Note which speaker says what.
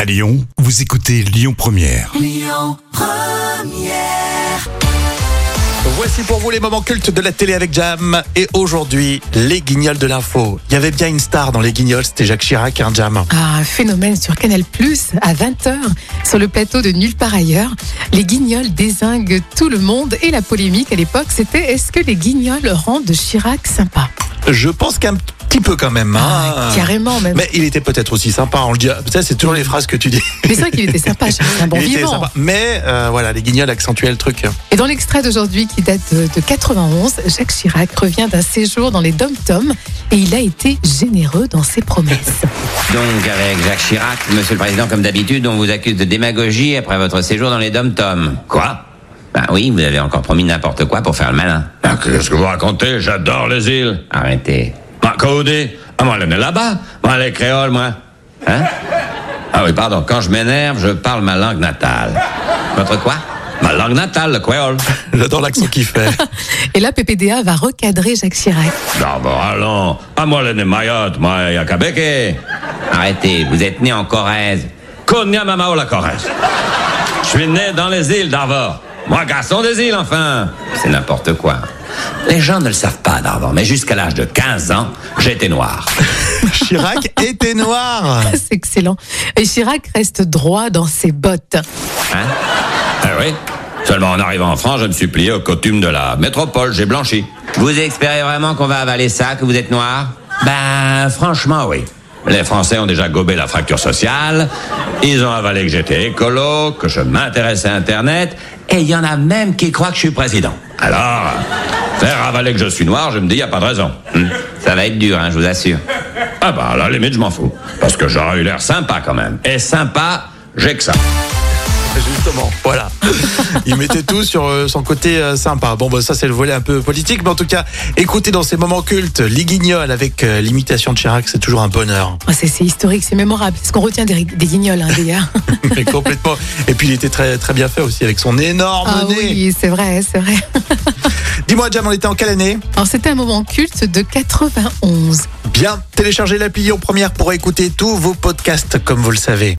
Speaker 1: À Lyon, vous écoutez Lyon Première.
Speaker 2: Voici pour vous les moments cultes de la télé avec Jam. Et aujourd'hui, les guignols de l'info. Il y avait bien une star dans les guignols, c'était Jacques Chirac, un Jam.
Speaker 3: Ah, phénomène sur Canal Plus à 20h sur le plateau de Nulle part ailleurs. Les guignols désinguent tout le monde et la polémique à l'époque c'était est-ce que les guignols rendent Chirac sympa
Speaker 2: Je pense qu'un petit peu quand même. hein.
Speaker 3: Ah, Carrément même. Mais,
Speaker 2: Mais il était peut-être aussi sympa, on le dit. Ça, c'est toujours les phrases que tu dis.
Speaker 3: c'est vrai qu'il était sympa, Chirac, c'est un bon
Speaker 2: il était
Speaker 3: vivant.
Speaker 2: sympa. Mais euh, voilà, les guignols accentuaient le truc.
Speaker 3: Et dans l'extrait d'aujourd'hui qui date de, de 91, Jacques Chirac revient d'un séjour dans les dom-toms et il a été généreux dans ses promesses.
Speaker 4: Donc, avec Jacques Chirac, Monsieur le Président, comme d'habitude, on vous accuse de démagogie après votre séjour dans les dom-toms. Quoi Bah oui, vous avez encore promis n'importe quoi pour faire le malin.
Speaker 5: Ah, Qu'est-ce que vous racontez J'adore les îles.
Speaker 4: Arrêtez. Bah,
Speaker 5: Ma Cody Ah, moi, elle est née là-bas.
Speaker 4: Moi, les créoles, moi. Hein Ah oui, pardon, quand je m'énerve, je parle ma langue natale. Votre quoi Ma langue natale, le créole.
Speaker 2: J'adore l'accent qu'il fait.
Speaker 3: Et là, PPDA va recadrer Jacques Chirac.
Speaker 5: Non, bon, allons. Ah, moi, elle est née Mayotte. Moi, Yakabeke.
Speaker 4: Arrêtez, vous êtes né en Corrèze.
Speaker 5: Konya Mamao, la Corrèze. Je suis né dans les îles d'Arvor.
Speaker 4: Moi, garçon des îles, enfin C'est n'importe quoi. Les gens ne le savent pas, d'abord, mais jusqu'à l'âge de 15 ans, j'étais noir.
Speaker 2: Chirac était noir.
Speaker 3: C'est excellent. Et Chirac reste droit dans ses bottes.
Speaker 4: Hein
Speaker 5: Eh oui. Seulement en arrivant en France, je me suis plié aux coutumes de la métropole. J'ai blanchi.
Speaker 4: Vous espérez vraiment qu'on va avaler ça, que vous êtes noir Ben, franchement, oui.
Speaker 5: Les Français ont déjà gobé la fracture sociale.
Speaker 4: Ils ont avalé que j'étais écolo, que je m'intéressais à Internet, et il y en a même qui croient que je suis président.
Speaker 5: Alors, faire avaler que je suis noir, je me dis, y a pas de raison.
Speaker 4: Hmm, Ça va être dur, hein, je vous assure.
Speaker 5: Ah bah, à la limite, je m'en fous. Parce que j'aurais eu l'air sympa quand même.
Speaker 4: Et sympa,
Speaker 5: J'ai que ça.
Speaker 2: Justement, voilà. Il mettait tout sur euh, son côté euh, sympa. Bon, bah, ça, c'est le volet un peu politique. Mais en tout cas, écoutez dans ces moments cultes, les guignols avec euh, l'imitation de Chirac, c'est toujours un bonheur.
Speaker 3: Ah, C'est c'est historique, c'est mémorable. C'est ce qu'on retient des, des guignols, hein, d'ailleurs.
Speaker 2: Mais complètement. Et puis, il était très, très bien fait aussi avec son énorme
Speaker 3: ah
Speaker 2: nez.
Speaker 3: oui, c'est vrai, c'est vrai.
Speaker 2: Dis-moi, Jam, on était en quelle année
Speaker 3: Alors, c'était un moment culte de 91.
Speaker 2: Bien, téléchargez l'appli Lyon Première pour écouter tous vos podcasts, comme vous le savez.